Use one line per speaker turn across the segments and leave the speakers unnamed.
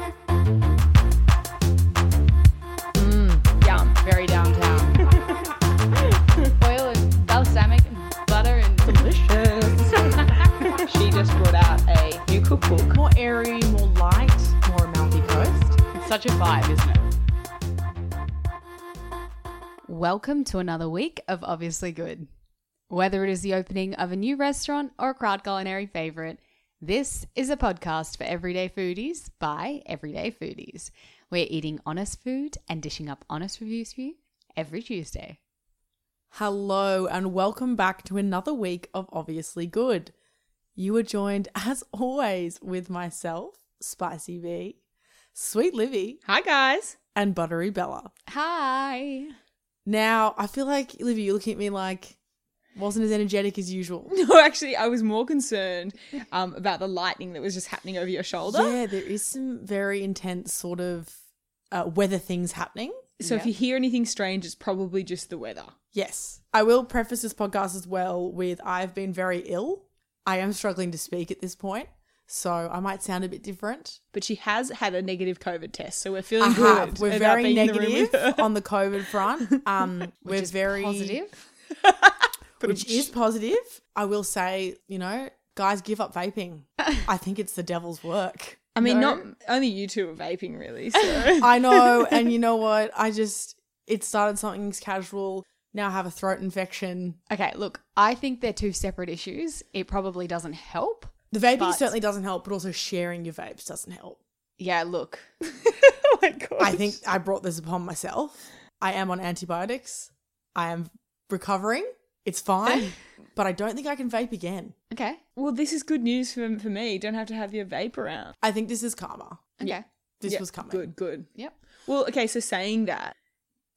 such a vibe, isn't it? Welcome to another week of Obviously Good. Whether it is the opening of a new restaurant or a crowd culinary favorite, this is a podcast for everyday foodies by everyday foodies. We're eating honest food and dishing up honest reviews for you every Tuesday.
Hello, and welcome back to another week of Obviously Good. You are joined, as always, with myself, Spicy V, Sweet Livy,
Hi guys.
and Buttery Bella.
Hi.
Now, I feel like, Livy, you look at me like wasn't as energetic as usual.
No, actually, I was more concerned um, about the lightning that was just happening over your shoulder.
Yeah, there is some very intense sort of uh, weather things happening.
So if you hear anything strange, it's probably just the weather.
Yes. I will preface this podcast as well with I've been very ill. I am struggling to speak at this point, so I might sound a bit different.
But she has had a negative COVID test, so we're feeling
I
good.
have. We're
about
very
being in the room
negative
with her.
on the COVID front. Um, we're
Just
very
positive.
which is positive. I will say, you know, guys, give up vaping. I think it's the devil's work.
I mean, not only you two are vaping, really. So
I know, and you know what? I just it started something's casual. Now I have a throat infection.
Okay, look, I think they're two separate issues. It probably doesn't help.
The vaping
But-
certainly doesn't help, but also sharing your vapes doesn't help.
Yeah, look.
oh my god,
I think I brought this upon myself. I am on antibiotics. I am recovering. It's fine, but I don't think I can vape again.
Okay.
Well, this is good news for for me. You don't have to have your vape around.
I think this is karma.
Okay.
This
Yeah,
was coming.
Good, good.
Yep.
Well, okay. So saying that,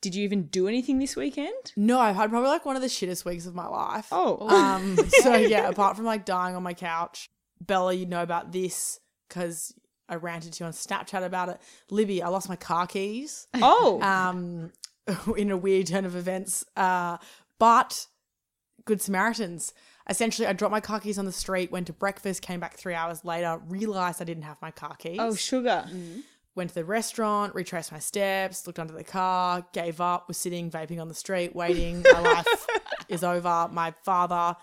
did you even do anything this weekend?
No, I've had probably like one of the shittest weeks of my life.
Oh,
Um, so yeah, apart from like dying on my couch, Bella, you know about this because I ranted to you on Snapchat about it. Libby, I lost my car keys.
oh.
Um, in a weird turn of events. Uh, but Good Samaritans. Essentially, I dropped my car keys on the street, went to breakfast, came back three hours later, realized I didn't have my car keys.
oh, sugar.
Mm. went to the restaurant, retraced my steps, looked under the car, gave up, was sitting vaping on the street, waiting. My life is over. My father,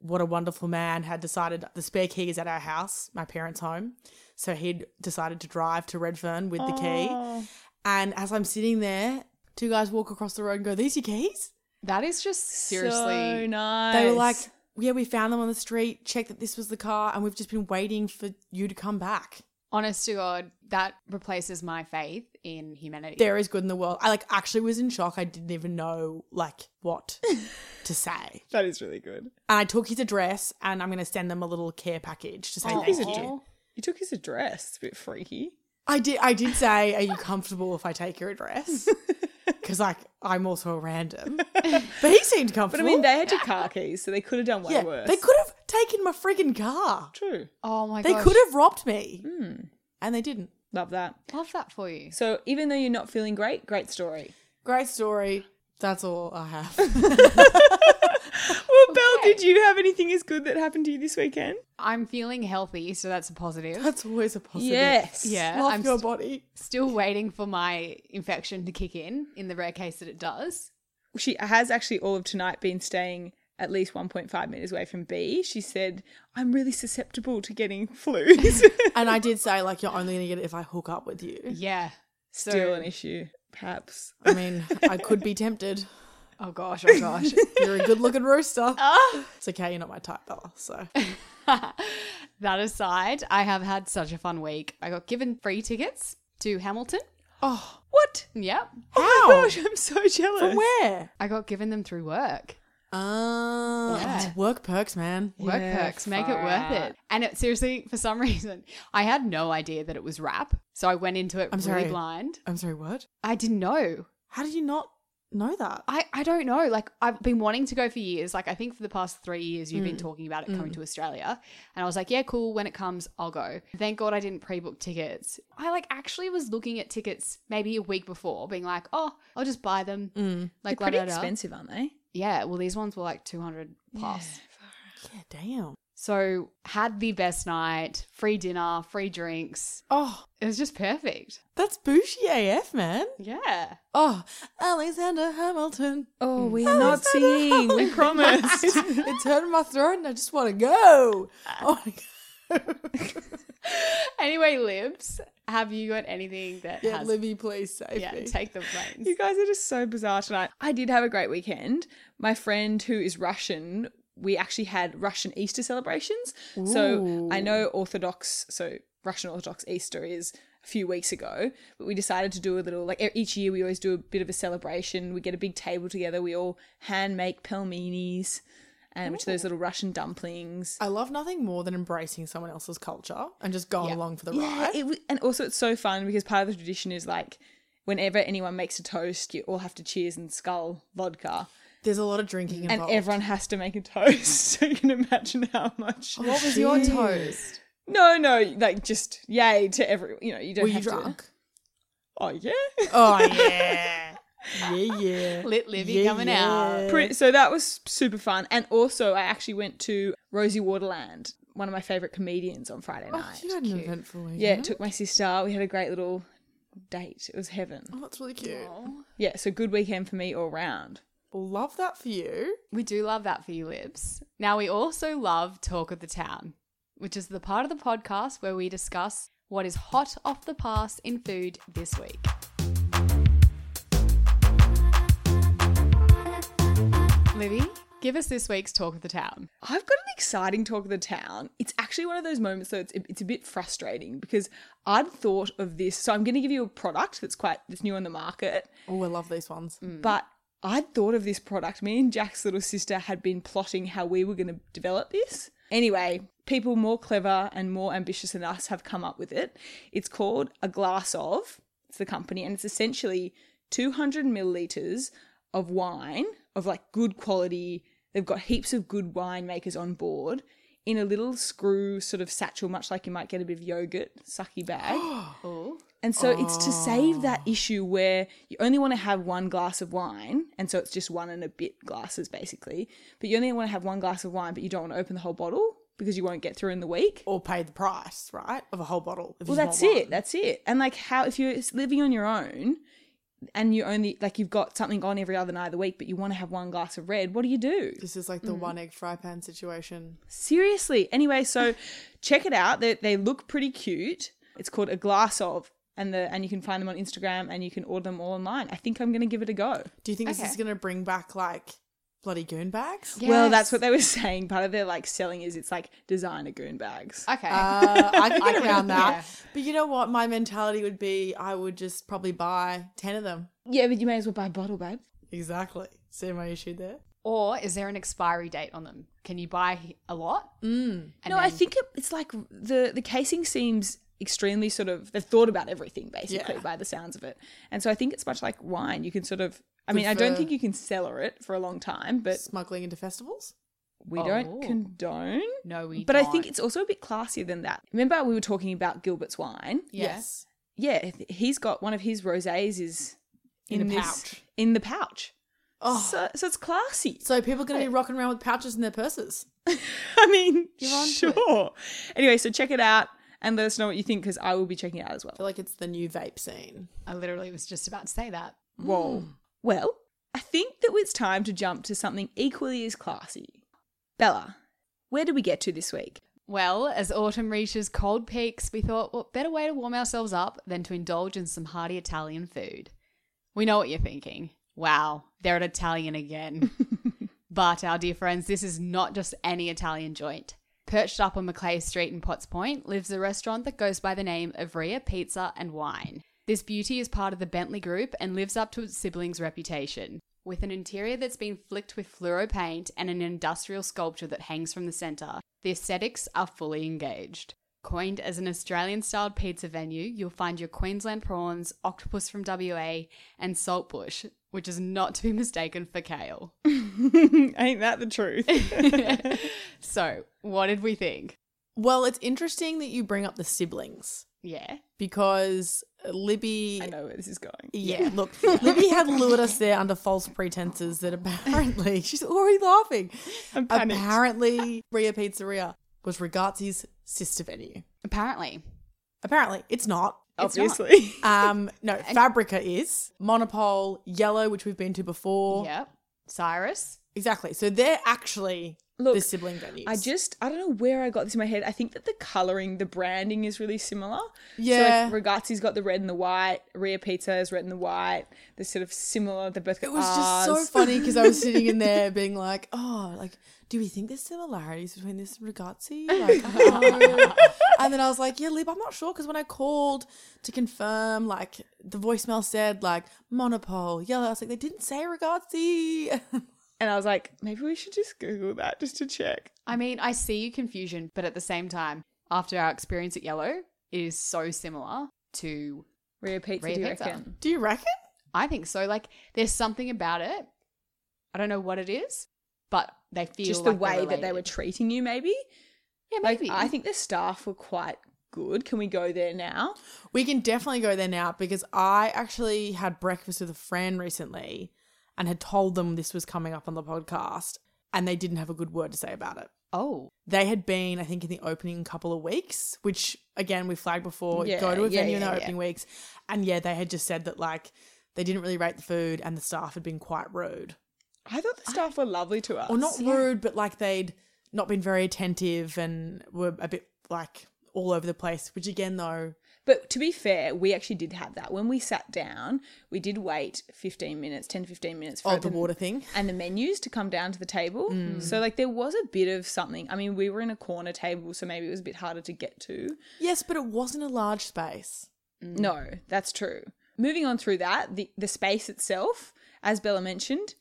what a wonderful man, had decided the spare key is at our house, my parents' home. So he'd decided to drive to Redfern with the key. And as I'm sitting there, two guys walk across the road and go, These your keys?
That is just
So
seriously.
nice.
They were like, Yeah, we found them on the street, checked that this was the car, and we've just been waiting for you to come back.
honest to God, that replaces my faith in humanity.
there is good in the world. I like actually was in shock. I didn't even know like what to say.
That is really good.
And I took his address and I'm going to send them a little care package to say
Aw.
thank
He's a
you.
dick. You took his address. It's a bit freaky.
I did I did say are you comfortable if I take your address? Cuz like I'm also a random. But he seemed
But I
comfortable.
mean, they had your car keys, so they could have done way
yeah,
worse.
they could have taken my friggin' car.
True.
oh my
They
gosh.
could have robbed me. And they didn't.
Love that.
Love that for you.
So even though you're not feeling great, great story.
Great story. That's all I have.
Well, Belle, did you have anything as good that happened to you this weekend?
I'm feeling healthy, so that's a positive.
That's always a positive.
Yeah,
Love
I'm
your
st-
body.
still waiting for my infection to kick in, in the rare case that it does.
She has actually all of tonight been staying at least 1.5 meters away from B. She said, I'm really susceptible to getting flus.
And I did say like you're only going to get it if I hook up with you.
Yeah. So,
Still an issue, perhaps.
I mean, I could be tempted.
oh gosh, oh gosh.
You're a good looking rooster. It's okay, you're not my type, Bella. So
that aside, I have had such a fun week. I got given free tickets to Hamilton.
What?
Yep.
Oh my gosh, I'm so jealous.
From where?
I got given them through work.
Uh,
Yeah.
work perks, man.
Work
Yeah,
perks make it worth it. And it seriously, for some reason, I had no idea that it was rap. So I went into it
I'm
really
sorry.
blind.
I'm sorry, what?
I didn't know.
How did you not know that?
I, I don't know. Like I've been wanting to go for years. Like I think for the past three years you've been talking about it coming to Australia. And I was like, yeah, cool. When it comes, I'll go. Thank God I didn't pre-book tickets. I like actually was looking at tickets maybe a week before, being like, oh, I'll just buy them. Like
Pretty
la, da, da.
expensive, aren't they?
Yeah. Well, these ones were like two hundred plus.
Yeah, damn.
So had the best night, free dinner, free drinks.
Oh,
It was just perfect.
that's bougie AF, man.
Yeah.
Oh, Alexander Hamilton. Hmm.
Oh, we are not singing. We promise.
It's hurting my throat and I just want to go. Oh my God.
anyway, Libs, have you got anything that
Yeah,
has?
Libby, please save
yeah,
me.
take the reins.
You guys are just so bizarre tonight. I did have a great weekend. My friend who is Russian, we actually had Russian Easter celebrations. So I know Orthodox, so Russian Orthodox Easter is a few weeks ago, but we decided to do a little, like e- each year we always do a bit of a celebration. We get a big table together. We all hand make pelmenis, and which are those little Russian dumplings.
I love nothing more than embracing someone else's culture and just going along for the
Yeah,
ride.
it w- and also it's so fun because part of the tradition is like whenever anyone makes a toast, you all have to cheers and skull vodka,
There's a lot of drinking
and
involved.
everyone has to make a toast. so you can imagine how much.
what was your
Jeez.
toast?
No, no, like just yay to every. You know, you don't.
Were you
have to-
drunk?
Oh yeah.
Oh yeah, yeah, yeah.
Lit Livy
Yeah,
coming out.
yeah.
Pretty, so that was super fun, and also I actually went to Rosie Waterland, one of my favorite comedians, on Friday
Oh,
night.
you had an eventful weekend.
yeah, took my sister. We had a great little date. It was heaven.
Oh, that's really cute.
Yeah, so good weekend for me all round.
Love that for you.
We do love that for you, Libs. Now, we also love Talk of the Town, which is the part of the podcast where we discuss what is hot off the pass in food this week. Libby, give us this week's Talk of the Town.
I've got an exciting talk of the town. It's actually one of those moments though it's it's a bit frustrating because I'd thought of this. So I'm going to give you a product that's quite that's new on the market,
Oh, I love these ones.
but I'd thought of this product. Me and Jack's little sister had been plotting how we were going to develop this. Anyway, people more clever and more ambitious than us have come up with it. It's called a glass of. It's the company, and it's essentially 200 milliliters of wine of like good quality. They've got heaps of good winemakers on board in a little screw sort of satchel, much like you might get a bit of yogurt sucky bag.
Oh,
And so it's to save that issue where you only want to have one glass of wine, and so it's just one and a bit glasses basically. But you only want to have one glass of wine, but you don't want to open the whole bottle because you won't get through in the week.
Or pay the price, right, of a whole bottle. if you
Well,
just
that's
want
it.
one.
That's it. And like how if you're living on your own and you only like you've got something on every other night of the week, but you want to have one glass of red, what do you do?
This is like
Mm.
the one egg fry pan situation.
Seriously. Anyway, so check it out. They, they look pretty cute. It's called a glass of, and the and you can find them on Instagram and you can order them all online. I think I'm gonna give it a go.
Do you think
Okay.
this is going to bring back like bloody goon bags?
Well, that's what they were saying. Part of their like selling is it's like designer goon bags.
Okay.
Uh, I could get around that.
Yeah.
But you know what? My mentality would be I would just probably buy 10 of them.
yeah, but you may as well buy a bottle, babe.
Exactly. See my issue there?
or is there an expiry date on them? Can you buy a lot? Mm.
no, I think it, it's like the the casing seems extremely sort of they've thought about everything basically
Yeah.
by the sounds of it, and so I think it's much like wine. You can sort of. I mean,
Good
I don't
for-
think you can cellar it for a long time, but
Smuggling into festivals?
we don't
Oh.
condone.
No, we
But I think
don't.
it's also a bit classier than that. Remember, we were talking about Gilbert's wine.
Yes.
Yeah, th- he's got one of his rosés is
In a
this-
pouch.
In the pouch.
Oh. So,
So, so it's classy.
people are going to be rocking around with pouches in their purses.
I mean,
onto it.
sure. Anyway, so check it out and let us know what you think because I will be checking it out as
I feel
well.
like it's the new vape scene.
I literally was just about to say that.
Whoa. Hmm. Well, I think that it's time to jump to something equally as classy. Bella, where did we get to this week?
Well, as autumn reaches cold peaks, we thought, what better way to warm ourselves up than to indulge in some hearty Italian food? We know what you're thinking. Wow, they're at Italian again. but, our dear friends, this is not just any Italian joint. Perched up on Maclay Street in Potts Point lives a restaurant that goes by the name of Ria Pizza and Wine. This beauty is part of the Bentley Group and lives up to its siblings' reputation. With an interior that's been flicked with fluoro paint and an industrial sculpture that hangs from the centre, the aesthetics are fully engaged. Coined as an Australian styled pizza venue, you'll find your Queensland prawns, octopus from WA, and saltbush, which is not to be mistaken for kale.
Ain't that the truth?
so, what did we think?
Well, it's interesting that you bring up the siblings
Yeah.
because uh, Libby.
I know where this is going.
Yeah, look, Libby had lured us there under false pretenses that apparently she's already laughing.
I'm panicked.
Apparently, Ria Pizzeria was Ragazzi's sister venue.
Apparently.
Apparently, it's not.
Obviously.
Um, no, Fabrica is Monopole Yellow, which we've been to before.
Yep. Cyrus.
Exactly. So they're actually
Look,
the sibling venues.
I just I don't know where I got this in my head. I think that the coloring, the branding is really similar.
Yeah.
So like Ragazzi's got the red and the white. Ria Pizza is red and the white. They're sort of similar. They both got
It was just so
Rs.
funny because I was sitting in there being like, oh, like, do we think there's similarities between this and Ragazzi? Like, I don't know. and then I was like, yeah, Lib, I'm not sure because when I called to confirm, like, the voicemail said, like, Monopole, yellow. I was like, they didn't say Ragazzi.
And I was like, maybe we should just Google that just to check.
I mean, I see your confusion, but at the same time, after our experience at Yellow, it is so similar to,
Ria Pizza,
Ria
do you
Pizza.
reckon?
do you reckon?
I think so. Like, there's something about it. I don't know what it is, but they feel
Just the
like
way
they're
that they were
related.
treating you, maybe.
yeah,
Like
maybe.
I think the staff were quite good. Can we go there now?
We can definitely go there now because I actually had breakfast with a friend recently and had told them this was coming up on the podcast and they didn't have a good word to say about it.
Oh,
they had been, I think, in the opening couple of weeks, which again we flagged before.
Yeah,
go to a
yeah,
venue in the
yeah, yeah.
opening weeks, and yeah, they had just said that like they didn't really rate the food, and the staff had been quite rude,
I thought the staff were lovely to us.
or not
yeah.
rude, but like they'd not been very attentive and were a bit like all over the place. Which again, though,
But to be fair, we actually did have that. When we sat down, we did wait 15 minutes, 10, 15 minutes for
oh, the water Mm. thing.
and the menus to come down to the table. So, like, there was a bit of something. I mean, we were in a corner table, so maybe it was a bit harder to get to.
Yes, but it wasn't a large space.
No, that's true. Moving on through that, the, the space itself, as Bella mentioned,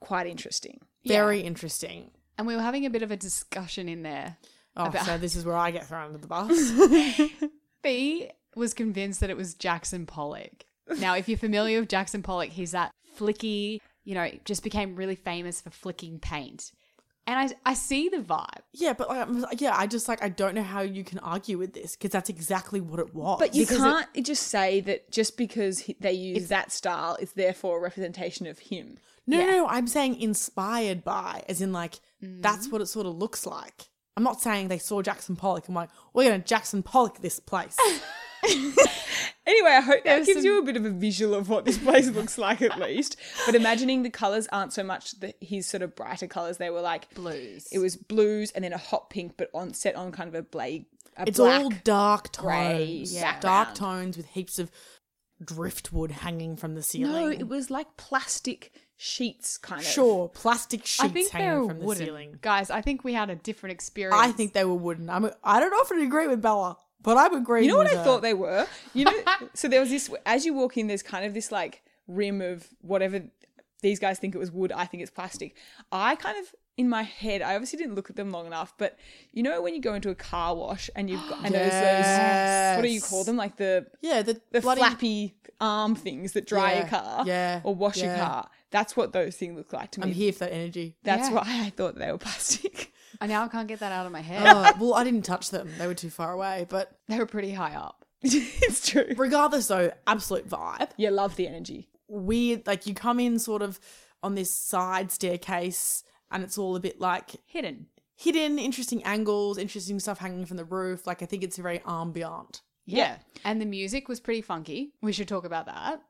quite interesting.
Very interesting.
and we were having a bit of a discussion in there.
Oh,
About-
so this is where I get thrown under the bus.
B was convinced that it was Jackson Pollock. Now, if you're familiar with Jackson Pollock, he's that flicky, you know, just became really famous for flicking paint. And I, I see the vibe.
yeah, but like, I'm, yeah, I just like I don't know how you can argue with this because that's exactly what it was.
But you
Because it-
can't just say that just because he- they use that style, it's therefore a representation of him.
No, no, no, I'm saying inspired by, as in like
Mm.
that's what it sort of looks like. I'm not saying they saw Jackson Pollock and like we're gonna Jackson Pollock this place.
Anyway, I hope that
There's
gives
some-
you a bit of a visual of what this place looks like at least. But imagining the colours aren't so much the, his sort of brighter colours. They were like
Blues.
It was blues and then a hot pink, but on set on kind of a blade. A
it's
black.
all dark
grey
tones,
Yeah.
dark
background.
tones with heaps of driftwood hanging from the
no.
ceiling.
It was like plastic sheets, kind of.
sure, plastic
I
sheets
think they
hanging
were
from the
wooden.
ceiling.
Guys, I think we had a different experience.
I think they were wooden. I'm, I don't often agree with Bella, but I'm agreeing.
You know what
with
I
her.
thought they were. You know, so there was this. As you walk in, there's kind of this like rim of whatever these guys think it was wood. I think it's plastic. I kind of in my head, I obviously didn't look at them long enough, but you know when you go into a car wash and you've got and there's those what do you call them? Like the
Yeah, the,
the
bloody
flappy arm things that dry your
Yeah,
car
yeah,
or wash your
yeah.
car. That's what those things look like to me.
I'm here for that energy.
That's
Yeah.
why I thought they were plastic.
And now I can't get that out of my head.
Uh, well, I didn't touch them; they were too far away. But
They were pretty high up.
it's true.
regardless, though, absolute vibe.
You love the energy.
weird like you come in sort of on this side staircase and it's all a bit like
Hidden.
hidden interesting angles interesting stuff hanging from the roof like i think it's very ambient
Yeah. And the music was pretty funky. We should talk about that.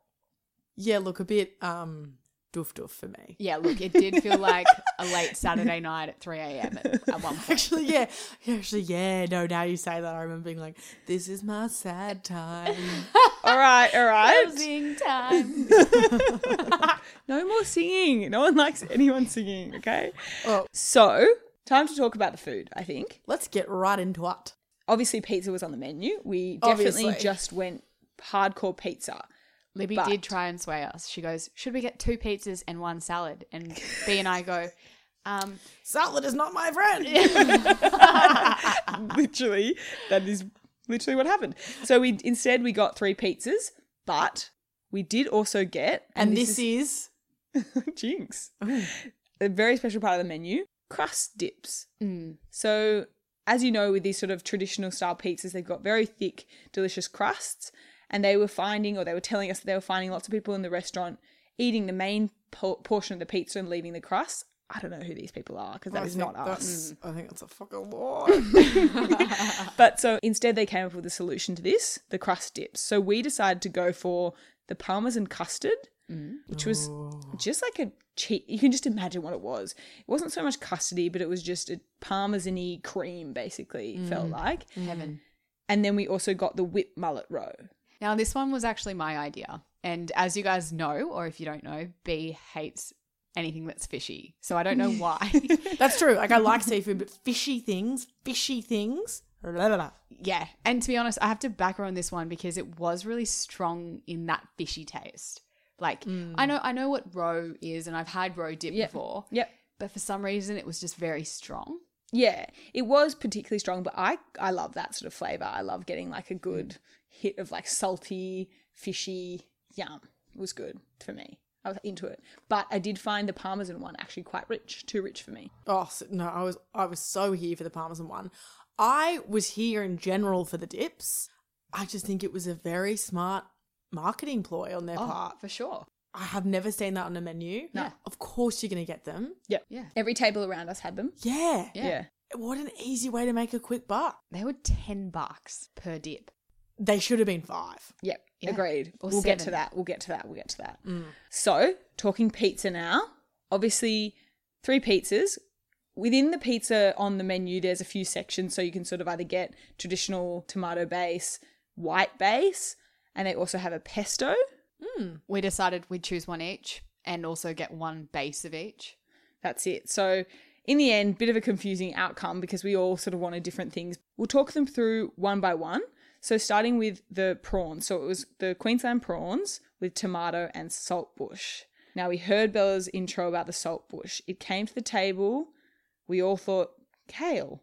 yeah look a bit um doof doof for me
Yeah, look, it did feel like a late Saturday night at 3 a.m. at, at one point.
actually yeah actually yeah no now you say that i remember being like this is my sad time
All right, all right.
Closing time.
No more singing. No one likes anyone singing, okay?
Oh.
So, time to talk about the food, I think.
let's get right into it
Obviously, pizza was on the menu. We definitely
Obviously.
just went hardcore pizza.
Libby
But-
did try and sway us. She goes, Should we get two pizzas and one salad? And B and I go, um,
salad is not my friend
literally, that is literally what happened. So, we instead we got three pizzas, but we did also get
and this is
Jinx. A very special part of the menu crust dips.
mm,
So, as you know, with these sort of traditional style pizzas, they've got very thick, delicious crusts. And they were finding, or they were telling us that they were finding lots of people in the restaurant eating the main po- portion of the pizza and leaving the crust. I don't know who these people are because that is not us.
that's, i think that's a fucking lie
But so instead, they came up with a solution to this the crust dips. So we decided to go for the parmesan custard which was just like a cheap. You can just imagine what it was. It wasn't so much custody, but it was just a parmesan cream, basically, it felt like.
Heaven.
And then we also got the whip mullet row.
Now, this one was actually my idea. And as you guys know, or if you don't know, B hates anything that's fishy. So I don't know why.
That's true. Like I like seafood, but fishy things, fishy things. La, la, la.
yeah. And to be honest, I have to back her on this one because it was really strong in that fishy taste. Like
Mm.
I know I know what roe is and I've had roe dip before.
Yep.
But for some reason it was just very strong.
Yeah, it was particularly strong, but I I love that sort of flavor. I love getting like a
Mm.
good hit of like salty, fishy, yum. It was good for me. I was into it, but I did find the parmesan one actually quite rich, too rich for me.
Oh s- no, I was I was so here for the parmesan one. I was here in general for the dips. I just think it was a very smart marketing ploy on their part.
for sure.
I have never seen that on a menu.
Oh. No.
Of course you're going to get them.
Yep.
Yeah.
Every table around us had them.
Yeah.
Yeah.
What an easy way to make a quick buck.
They were ten bucks per dip.
They should have been five.
Yep.
Yeah.
Agreed.
Or
we'll get to
seven. Mm.
that. We'll get to that. We'll get to that. So, talking pizza now. Obviously, three pizzas. Within the pizza on the menu, there's a few sections. So, you can sort of either get traditional tomato base, white base, and they also have a pesto.
We decided we'd choose one each and also get one base of each.
That's it. So, in the end, bit of a confusing outcome because we all sort of wanted different things. We'll talk them through one by one. So, starting with the prawns. So, it was the Queensland prawns with tomato and saltbush. Now, we heard Bella's intro about the saltbush. It came to the table. We all thought kale.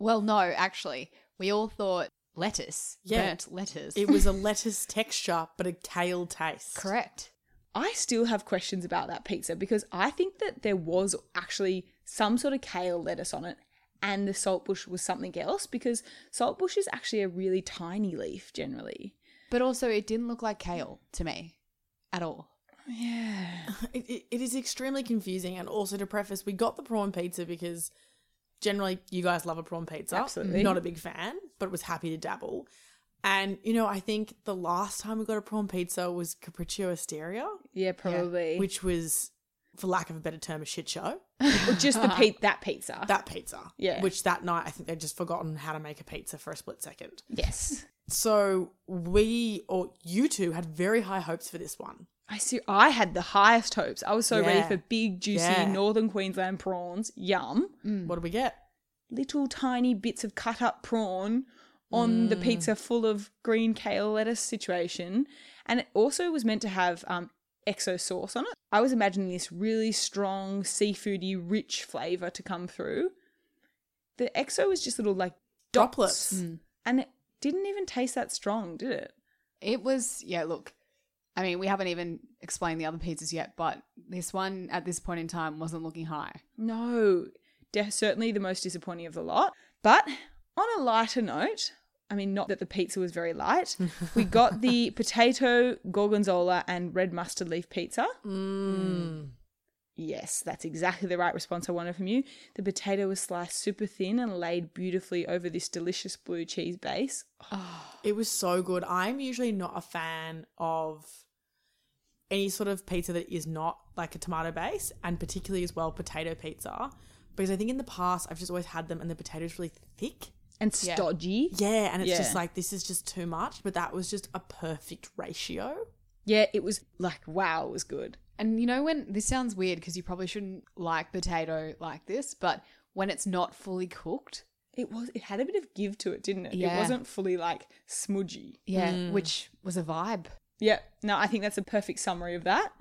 Well, no, actually, we all thought lettuce,
Yeah.
burnt lettuce.
It was a lettuce texture, but a kale taste.
correct.
I still have questions about that pizza because I think that there was actually some sort of kale lettuce on it and the saltbush was something else because saltbush is actually a really tiny leaf generally.
But also, it didn't look like kale to me at all.
Yeah.
It, it, it is extremely confusing. And also to preface, we got the prawn pizza because generally you guys love a prawn pizza.
Absolutely.
Not a big fan, but was happy to dabble. And, you know, I think the last time we got a prawn pizza was Capriccio Osteria,
Yeah, probably.
which
Which
was, for lack of a better term, a shit show.
just the pe- that pizza.
That pizza.
Yeah.
Which that night I think they'd just forgotten how to make a pizza for a split second.
yes.
So we or you two had very high hopes for this one.
I see I had the highest hopes. I was so ready
Yeah.
for big juicy
Yeah.
northern Queensland prawns. Yum.
What do we get?
Little tiny bits of cut up prawn on the pizza full of green kale lettuce situation. And it also was meant to have um, exo sauce on it. I was imagining this really strong, seafoody, rich flavour to come through. The exo was just little like
Droplets.
dots. And it didn't even taste that strong, did it?
It was, yeah, look, I mean, we haven't even explained the other pizzas yet, but this one at this point in time wasn't looking high.
No, de- certainly the most disappointing of the lot. But on a lighter note, I mean, not that the pizza was very light, we got the potato, gorgonzola, and red mustard leaf pizza.
Mm.
Yes, that's exactly the right response I wanted from you. The potato was sliced super thin and laid beautifully over this delicious blue cheese base.
It was so good. I'm usually not a fan of any sort of pizza that is not like a tomato base and particularly as well potato pizza because I think in the past I've just always had them and the potato's really thick.
And stodgy.
Yeah, and it's
Yeah.
just like this is just too much, but that was just a perfect ratio.
Yeah, it was like, wow, it was good.
And you know when this sounds weird because you probably shouldn't like potato like this, but when it's not fully cooked,
It was. It had a bit of give to it, didn't it? It
Yeah.
wasn't fully like smudgy.
yeah, which was a vibe.
Yeah, no, I think that's a perfect summary of that.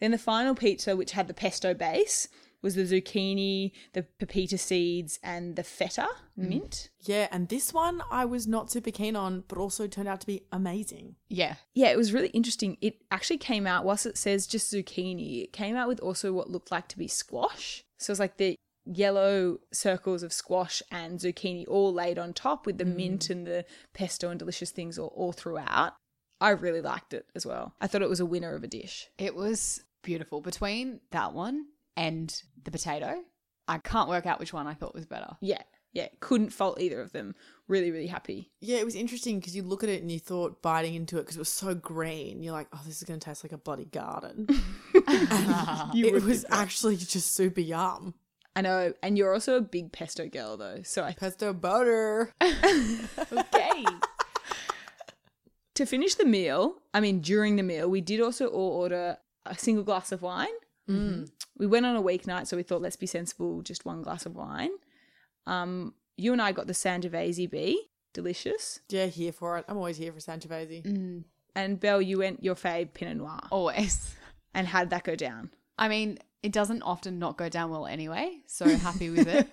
Then the final pizza, which had the pesto base, was the zucchini, the pepita seeds, and the feta mint.
Yeah, and this one I was not super keen on, but also turned out to be amazing.
Yeah,
Yeah, it was really interesting. It actually came out, whilst it says just zucchini, it came out with also what looked like to be squash. So it's like the yellow circles of squash and zucchini all laid on top with the mint and the pesto and delicious things all, all throughout. I really liked it as well. I thought it was a winner of a dish.
It was beautiful. Between that one and the potato, I can't work out which one I thought was better.
Yeah. yeah, couldn't fault either of them. Really, really happy.
Yeah, it was interesting because you look at it and you thought biting into it because it was so green. You're like, oh, this is going to taste like a bloody garden.
You
it
ripped
was
it right.
actually just super yum.
I know, and you're also a big pesto girl though, so I
Pesto butter.
Okay.
to finish the meal, I mean, during the meal, we did also all order a single glass of wine. We went on a weeknight, so we thought, let's be sensible, just one glass of wine. Um, you and I got the Sangiovese B, delicious.
Yeah, here for it. I'm always here for Sangiovese.
Mm,
And Belle, you went your fave Pinot Noir.
always.
And how did that go down?
I mean, it doesn't often not go down well anyway, so happy with it.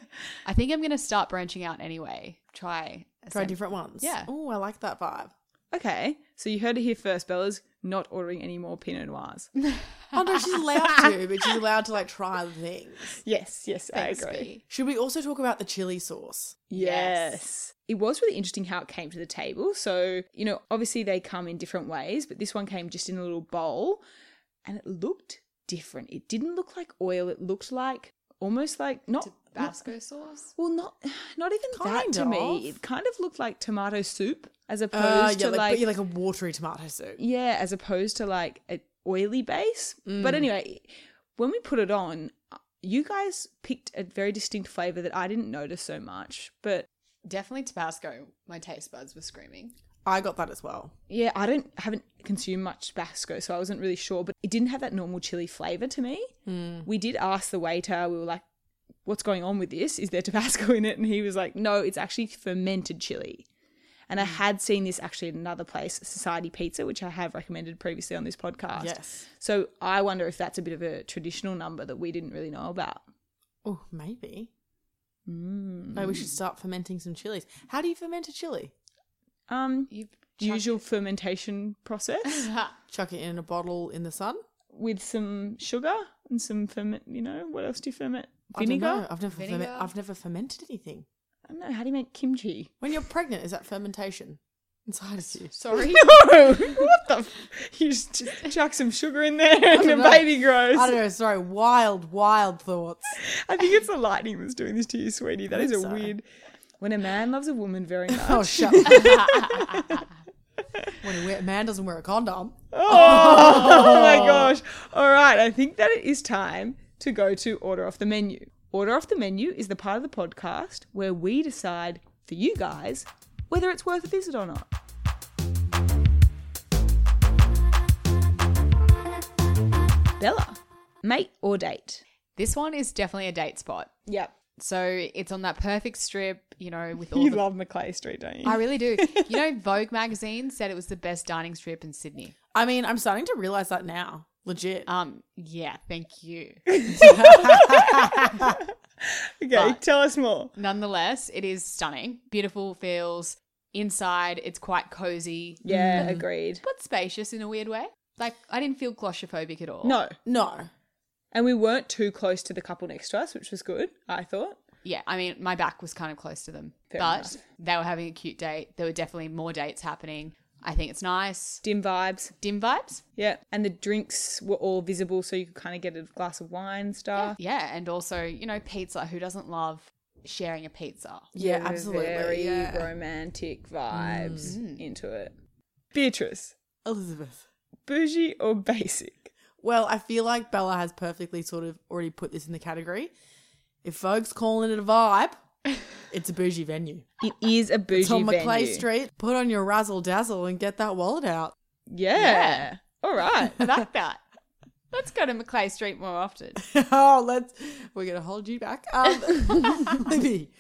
I think I'm going to start branching out anyway. Try. a
Try
sem-
different ones.
Yeah.
Oh, I like that vibe.
Okay, so you heard it here first, Bella's not ordering any more Pinot Noirs.
Oh no, she's allowed to, but she's allowed to like try other things.
yes, yes,
Thanks,
I agree.
Bea.
Should we also talk about the chili sauce?
Yes.
Yes. It was really interesting how it came to the table. So, you know, obviously they come in different ways, but this one came just in a little bowl and it looked different. It didn't look like oil, it looked like almost like not not-
Tabasco sauce.
well, not not even that
Kind
to me.
of.
It kind of looked like tomato soup as opposed
Uh, yeah,
to
like,
like,
but yeah, like a watery tomato soup.
yeah, as opposed to like an oily base. But anyway, when we put it on, you guys picked a very distinct flavor that I didn't notice so much, but
Definitely Tabasco. My taste buds were screaming.
I got that as well.
Yeah, I don't haven't consumed much Tabasco, so I wasn't really sure, but it didn't have that normal chili flavor to me. We did ask the waiter, we were like, "What's going on with this? Is there Tabasco in it?" And he was like, "No, it's actually fermented chili." And I had seen this actually at another place, Society Pizza, which I have recommended previously on this podcast.
Yes.
So I wonder if that's a bit of a traditional number that we didn't really know about.
Oh, maybe. Maybe we should start fermenting some chilies. How do you ferment a chili?
Um,
You
usual fermentation process.
Chuck it in a bottle in the sun?
with some sugar and some ferment. You know what else do you ferment?
I don't
Vinegar.
know. I've never ferment-
Vinegar?
I've never fermented anything.
I don't know. How do you make kimchi?
When you're pregnant, is that fermentation inside of you?
Sorry.
No, what the? F- you just ch- chuck some sugar in there and the
know.
baby grows.
I
I,
don't know. Sorry, wild, wild thoughts.
think it's the lightning that's doing this to you, sweetie. That is a
think so.
weird. When a man loves a woman very much.
Oh, shut up. when a we- man doesn't wear a condom.
Oh my gosh. All right. I think that it is time to go to Order Off the Menu. Order Off the Menu is the part of the podcast where we decide for you guys whether it's worth a visit or not. Bella, mate or date?
this one is definitely a date spot.
Yep.
So it's on that perfect strip, you know, with all
You
the.
love Maclay Street, don't you?
I really do. You know, Vogue magazine said it was the best dining strip in Sydney.
I mean, I'm starting to realize that now. Legit.
Um, yeah, thank you.
okay, tell us more.
Nonetheless, it is stunning. Beautiful feels. Inside, it's quite cozy,
Yeah, agreed.
but spacious in a weird way. Like, I didn't feel claustrophobic at all.
No.
no.
And we weren't too close to the couple next to us, which was good, I thought.
Yeah, I mean, my back was kind of close to them.
Fair
but
enough.
they were having a cute date. There were definitely more dates happening. I think it's nice.
Dim vibes.
Dim vibes.
Yeah, and the drinks were all visible, so you could kind of get a glass of wine and stuff.
Yeah, and also, you know, pizza. Who doesn't love sharing a pizza?
Yeah,
There were
absolutely.
Very
yeah. Mm.
romantic vibes into it. Beatrice,
Elizabeth.
bougie or basic?
Well, I feel like Bella has perfectly sort of already put this in the category. If Vogue's calling it a vibe, it's a bougie venue.
It is a bougie
Tom McClay
venue.
Street, put on your razzle dazzle and get that wallet out.
Yeah. All right.
I like that. Let's go to Maclay Street more often.
oh, let's. We're gonna hold you back. Um, Libby,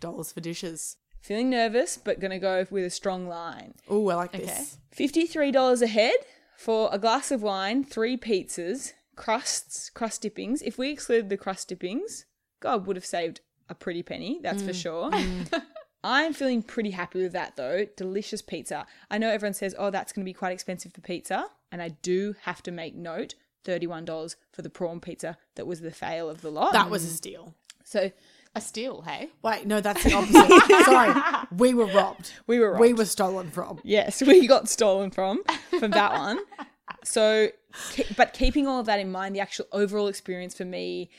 dollars for dishes.
Feeling nervous, but gonna go with a strong line.
Oh, I like this.
Fifty-three dollars a head for a glass of wine, three pizzas, crusts, crust dippings. If we excluded the crust dippings, God would have saved a pretty penny, that's
Mm.
for sure. I'm feeling pretty happy with that though. Delicious pizza. I know everyone says, oh, that's going to be quite expensive for pizza. And I do have to make note $31 for the prawn pizza that was the fail of the lot.
That was a steal.
so
A steal, hey?
Wait, no, that's the opposite. Sorry, we were robbed.
we were right.
We were stolen from.
Yes, we got stolen from from that one. So, ke- but keeping all of that in mind, the actual overall experience for me,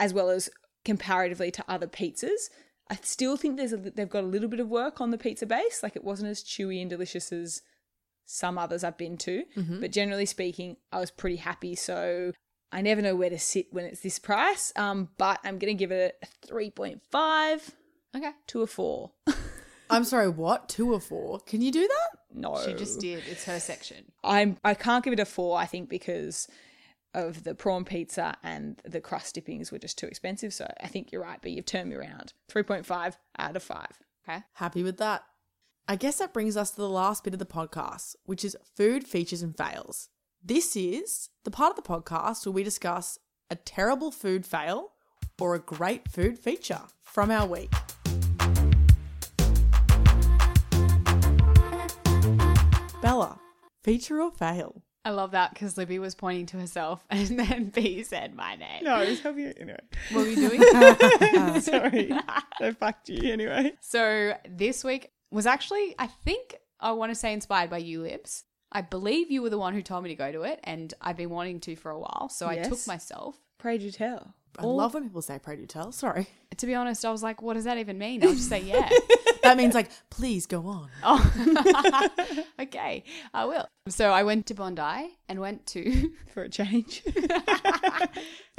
as well as comparatively to other pizzas, I still think there's a, li- they've got a little bit of work on the pizza base. Like it wasn't as chewy and delicious as some others I've been to,
Mm-hmm.
but generally speaking, I was pretty happy. So I never know where to sit when it's this price. Um, but I'm gonna give it a 3.5
Okay.
to a four.
I'm sorry, what? Two or four? Can you do that?
no,
She just did. It's her section.
I'm I can't give it a four. I think because of the prawn pizza and the crust dippings were just too expensive. So I think you're right, but you've turned me around. Three point five out of five.
Okay.
Happy with that. I guess that brings us to the last bit of the podcast, which is food features and fails. This is the part of the podcast where we discuss a terrible food fail or a great food feature from our week. Bella, feature or fail?
I love that because Libby was pointing to herself and then B said my name.
No, it's helping you anyway.
What were you doing?
Sorry. they fucked you anyway.
So this week was actually, I think, I want to say inspired by you, Libs. I believe you were the one who told me to go to it, and I've been wanting to for a while. So I took
Yes.
myself.
Pray do tell.
I love when people say pray do tell. Sorry.
To be honest, I was like, what does that even mean? I'll just say yeah.
That means like, please go on.
oh, okay, I will. So I went to Bondi and went to,
For a change.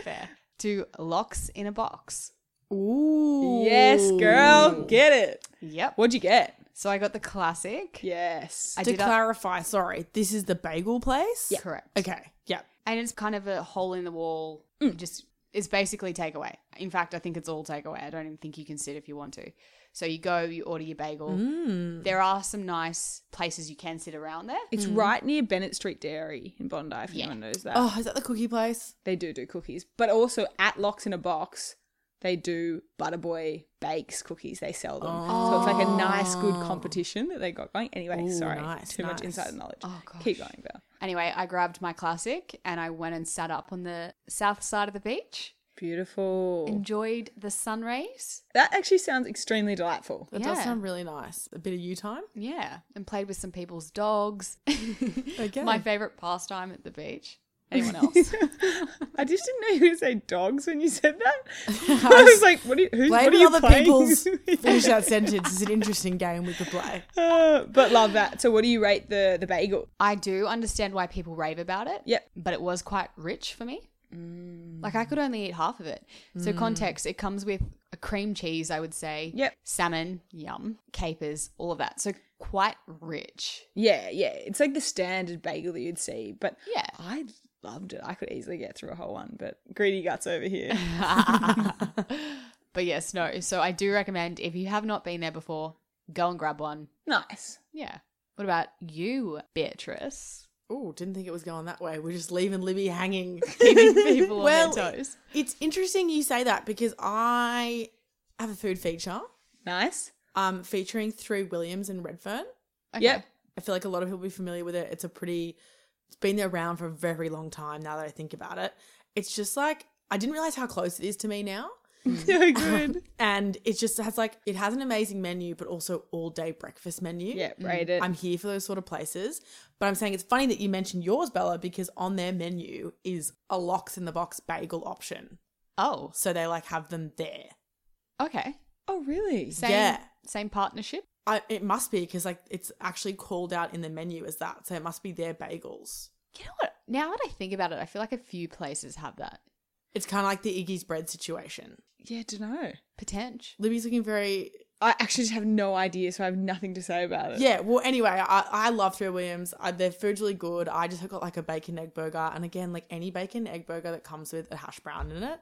fair, to Locks in a Box.
Ooh.
yes, girl. Get it.
Yep.
What'd you get?
So I got the classic.
Yes.
I
To
did a-
clarify, sorry, this is the bagel place?
Correct.
Okay. Mm. Yeah.
And it's kind of a hole in the wall. Just it's basically takeaway. In fact, I think it's all takeaway. I don't even think you can sit if you want to. So you go, you order your bagel.
Mm.
There are some nice places you can sit around there.
It's right near Bennett Street Dairy in Bondi, if anyone knows that.
Oh, is that the cookie place?
They do do cookies, but also at Locks in a Box, they do Butterboy Bakes cookies. They sell them. So it's like a nice, good competition that they got going. Anyway, sorry.
Oh. nice,
too
nice.
much insider knowledge.
Oh, gosh.
Keep going, Val.
Anyway, I grabbed my classic and I went and sat up on the south side of the beach.
Beautiful.
Enjoyed the sun rays.
that actually sounds extremely delightful.
That does
Yeah.
sound really nice. A bit of you time.
Yeah, and played with some people's dogs.
Okay.
My favorite pastime at the beach. Anyone else?
I just didn't know you were going to say dogs when you said that. I was like, what are you, who's,
Play
what are
with
you
other
playing?
people's.
Yeah.
Finish that sentence. It's an interesting game we could play.
Uh, but love that. So, what do you rate the the bagel?
I do understand why people rave about it.
Yep. Mm.
But it was quite rich for me. Like I could only eat half of it. So context, it comes with a cream cheese, I would say.
Yep.
Salmon, yum, capers, all of that. So quite rich.
Yeah, yeah. It's like the standard bagel that you'd see, but
Yeah.
I loved it. I could easily get through a whole one, but greedy guts over here.
But yes, no. So I do recommend if you have not been there before, go and grab one.
nice.
Yeah. What about you, Beatrice?
Oh, didn't think it was going that way. We're just leaving Libby hanging.
Keeping people
Well,
on their toes.
it's interesting you say that because I have a food feature
Nice.
um, featuring Three Williams and Redfern.
Okay.
Yep.
I feel like a lot of people will be familiar with it. It's a pretty, it's been around for a very long time now that I think about it. It's just like, I didn't realize how close it is to me now.
so good.
And it just has like, it has an amazing menu, but also all day breakfast menu.
Yeah, rate it.
I'm here for those sort of places. But I'm saying it's funny that you mentioned yours, Bella, because on their menu is a locks in the box bagel option.
Oh,
So they like have them there.
okay.
oh, really?
Same,
Yeah.
Same partnership.
I, it must be because like it's actually called out in the menu as that. So it must be their bagels.
You know what? Now that I think about it, I feel like a few places have that
It's kind of like the Iggy's bread situation.
Yeah, don't know.
potential.
Libby's looking very.
I actually just have no idea, so I have nothing to say about it.
Yeah, well, anyway, I, I love Three Williams. I, their food's really good. I just got like a bacon egg burger. And again, like any bacon egg burger that comes with a hash brown in it,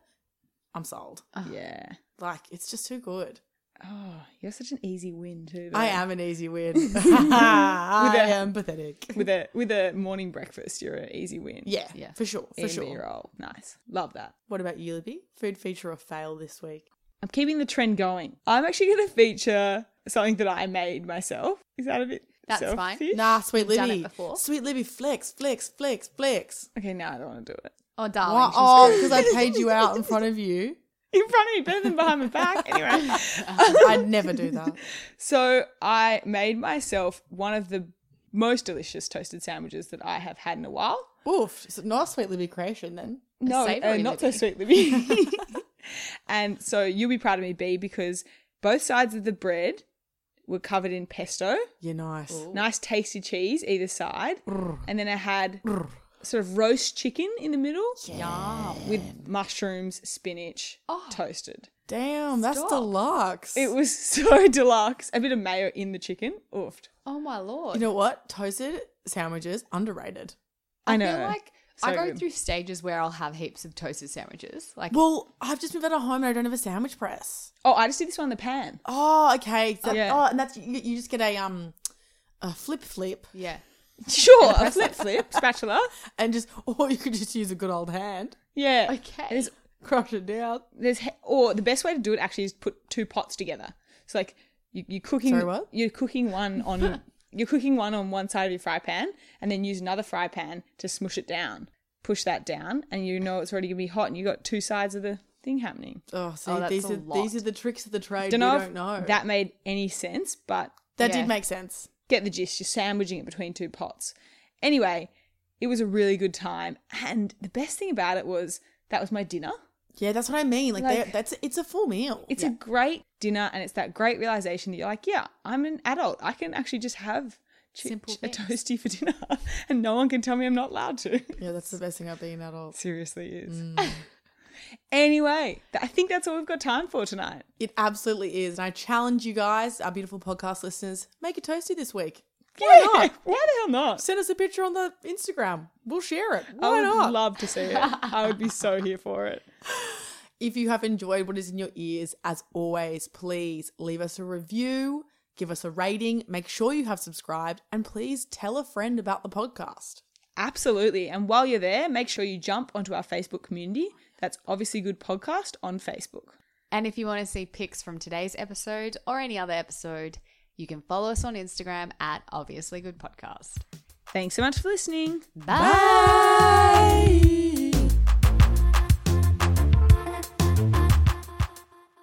I'm sold.
Yeah.
Like, it's just too good.
Oh, you're such an easy win too.
I
though.
am an easy win. I
With a-
am pathetic.
with a with a morning breakfast. You're an easy win.
Yeah,
Yeah.
for sure, for
Ian
sure.
B-roll. Nice. Love that.
What about you, Libby? Food feature or fail this week?
I'm keeping the trend going. I'm actually going to feature something that I made myself. Is that a bit?
That's fine.
selfish?
Nah, sweet
You've done
Libby.
it before.
Sweet Libby, flex, flex, flex, flex.
Okay, now I don't want to do it.
Oh, darling.
Why-
she's
Oh,
good.
because I paid you out in front of you.
In front of me, better than behind my back. Anyway.
I'd never do that.
So I made myself one of the most delicious toasted sandwiches that I have had in a while.
Oof, it's not a sweet Libby creation then.
No, uh,
savoury
not so
Libby.
sweet, Libby. and so you'll be proud of me, B, because Both sides of the bread were covered in pesto,
You're nice.
nice tasty cheese either side, and then I had sort of roast chicken in the middle with mushrooms, spinach,
Oh.
toasted.
Damn, that's deluxe.
It was so deluxe. A bit of mayo in the chicken. Oofed.
Oh my lord.
you know what? Toasted sandwiches underrated.
I, know.
I feel like I
So
go
good.
through stages where I'll have heaps of toasted sandwiches. Like
Well, I've just moved out of home and I don't have a sandwich press.
oh, I just did this one in the pan.
Oh, okay. So-
Yeah.
Oh, and that's you, you just get a um a flip flip
yeah.
Sure, a flip flip spatula.
and just or you could just use a good old hand,
Yeah.
Okay.
And it's-
crush it down.
there's he- or the best way to do it actually is put two pots together. So like you, you're cooking
Sorry, what?
you're cooking one on you're cooking one on one side of your fry pan and then use another fry pan to smush it down. Push that down and you know it's already gonna be hot and you got two sides of the thing happening.
Oh, see,
Oh, that's
these
a
are these
lot.
are the tricks of the trade.
Don't
we
know,
don't know.
if that made any sense, but
That
Yeah.
did make sense.
get the gist. You're sandwiching it between two pots. Anyway, it was a really good time. And the best thing about it was that was my dinner.
Yeah, that's what I mean. Like,
Like-
they- that's it's a full meal.
It's a great dinner, and it's that great realization that you're like, yeah, I'm an adult. I can actually just have ch-
Simple
ch- a
things.
toasty for dinner, and no one can tell me I'm not allowed to.
yeah, that's the best thing I've been an adult.
Seriously, it is. anyway, th- I think that's all we've got time for tonight.
It absolutely is. And I challenge you guys, our beautiful podcast listeners, make a toasty this week.
Why not? Why the hell not?
Send us a picture on the Instagram. We'll share it.
I
Why
would
not?
love to see it. I would be so here for it.
if you have enjoyed what is in your ears, as always, please leave us a review, give us a rating, make sure you have subscribed, and please tell a friend about the podcast.
Absolutely. And while you're there, make sure you jump onto our Facebook community. That's obviously good podcast on Facebook.
And if you want to see pics from today's episode or any other episode, you can follow us on Instagram at obviously good podcast.
Thanks so much for listening.
Bye.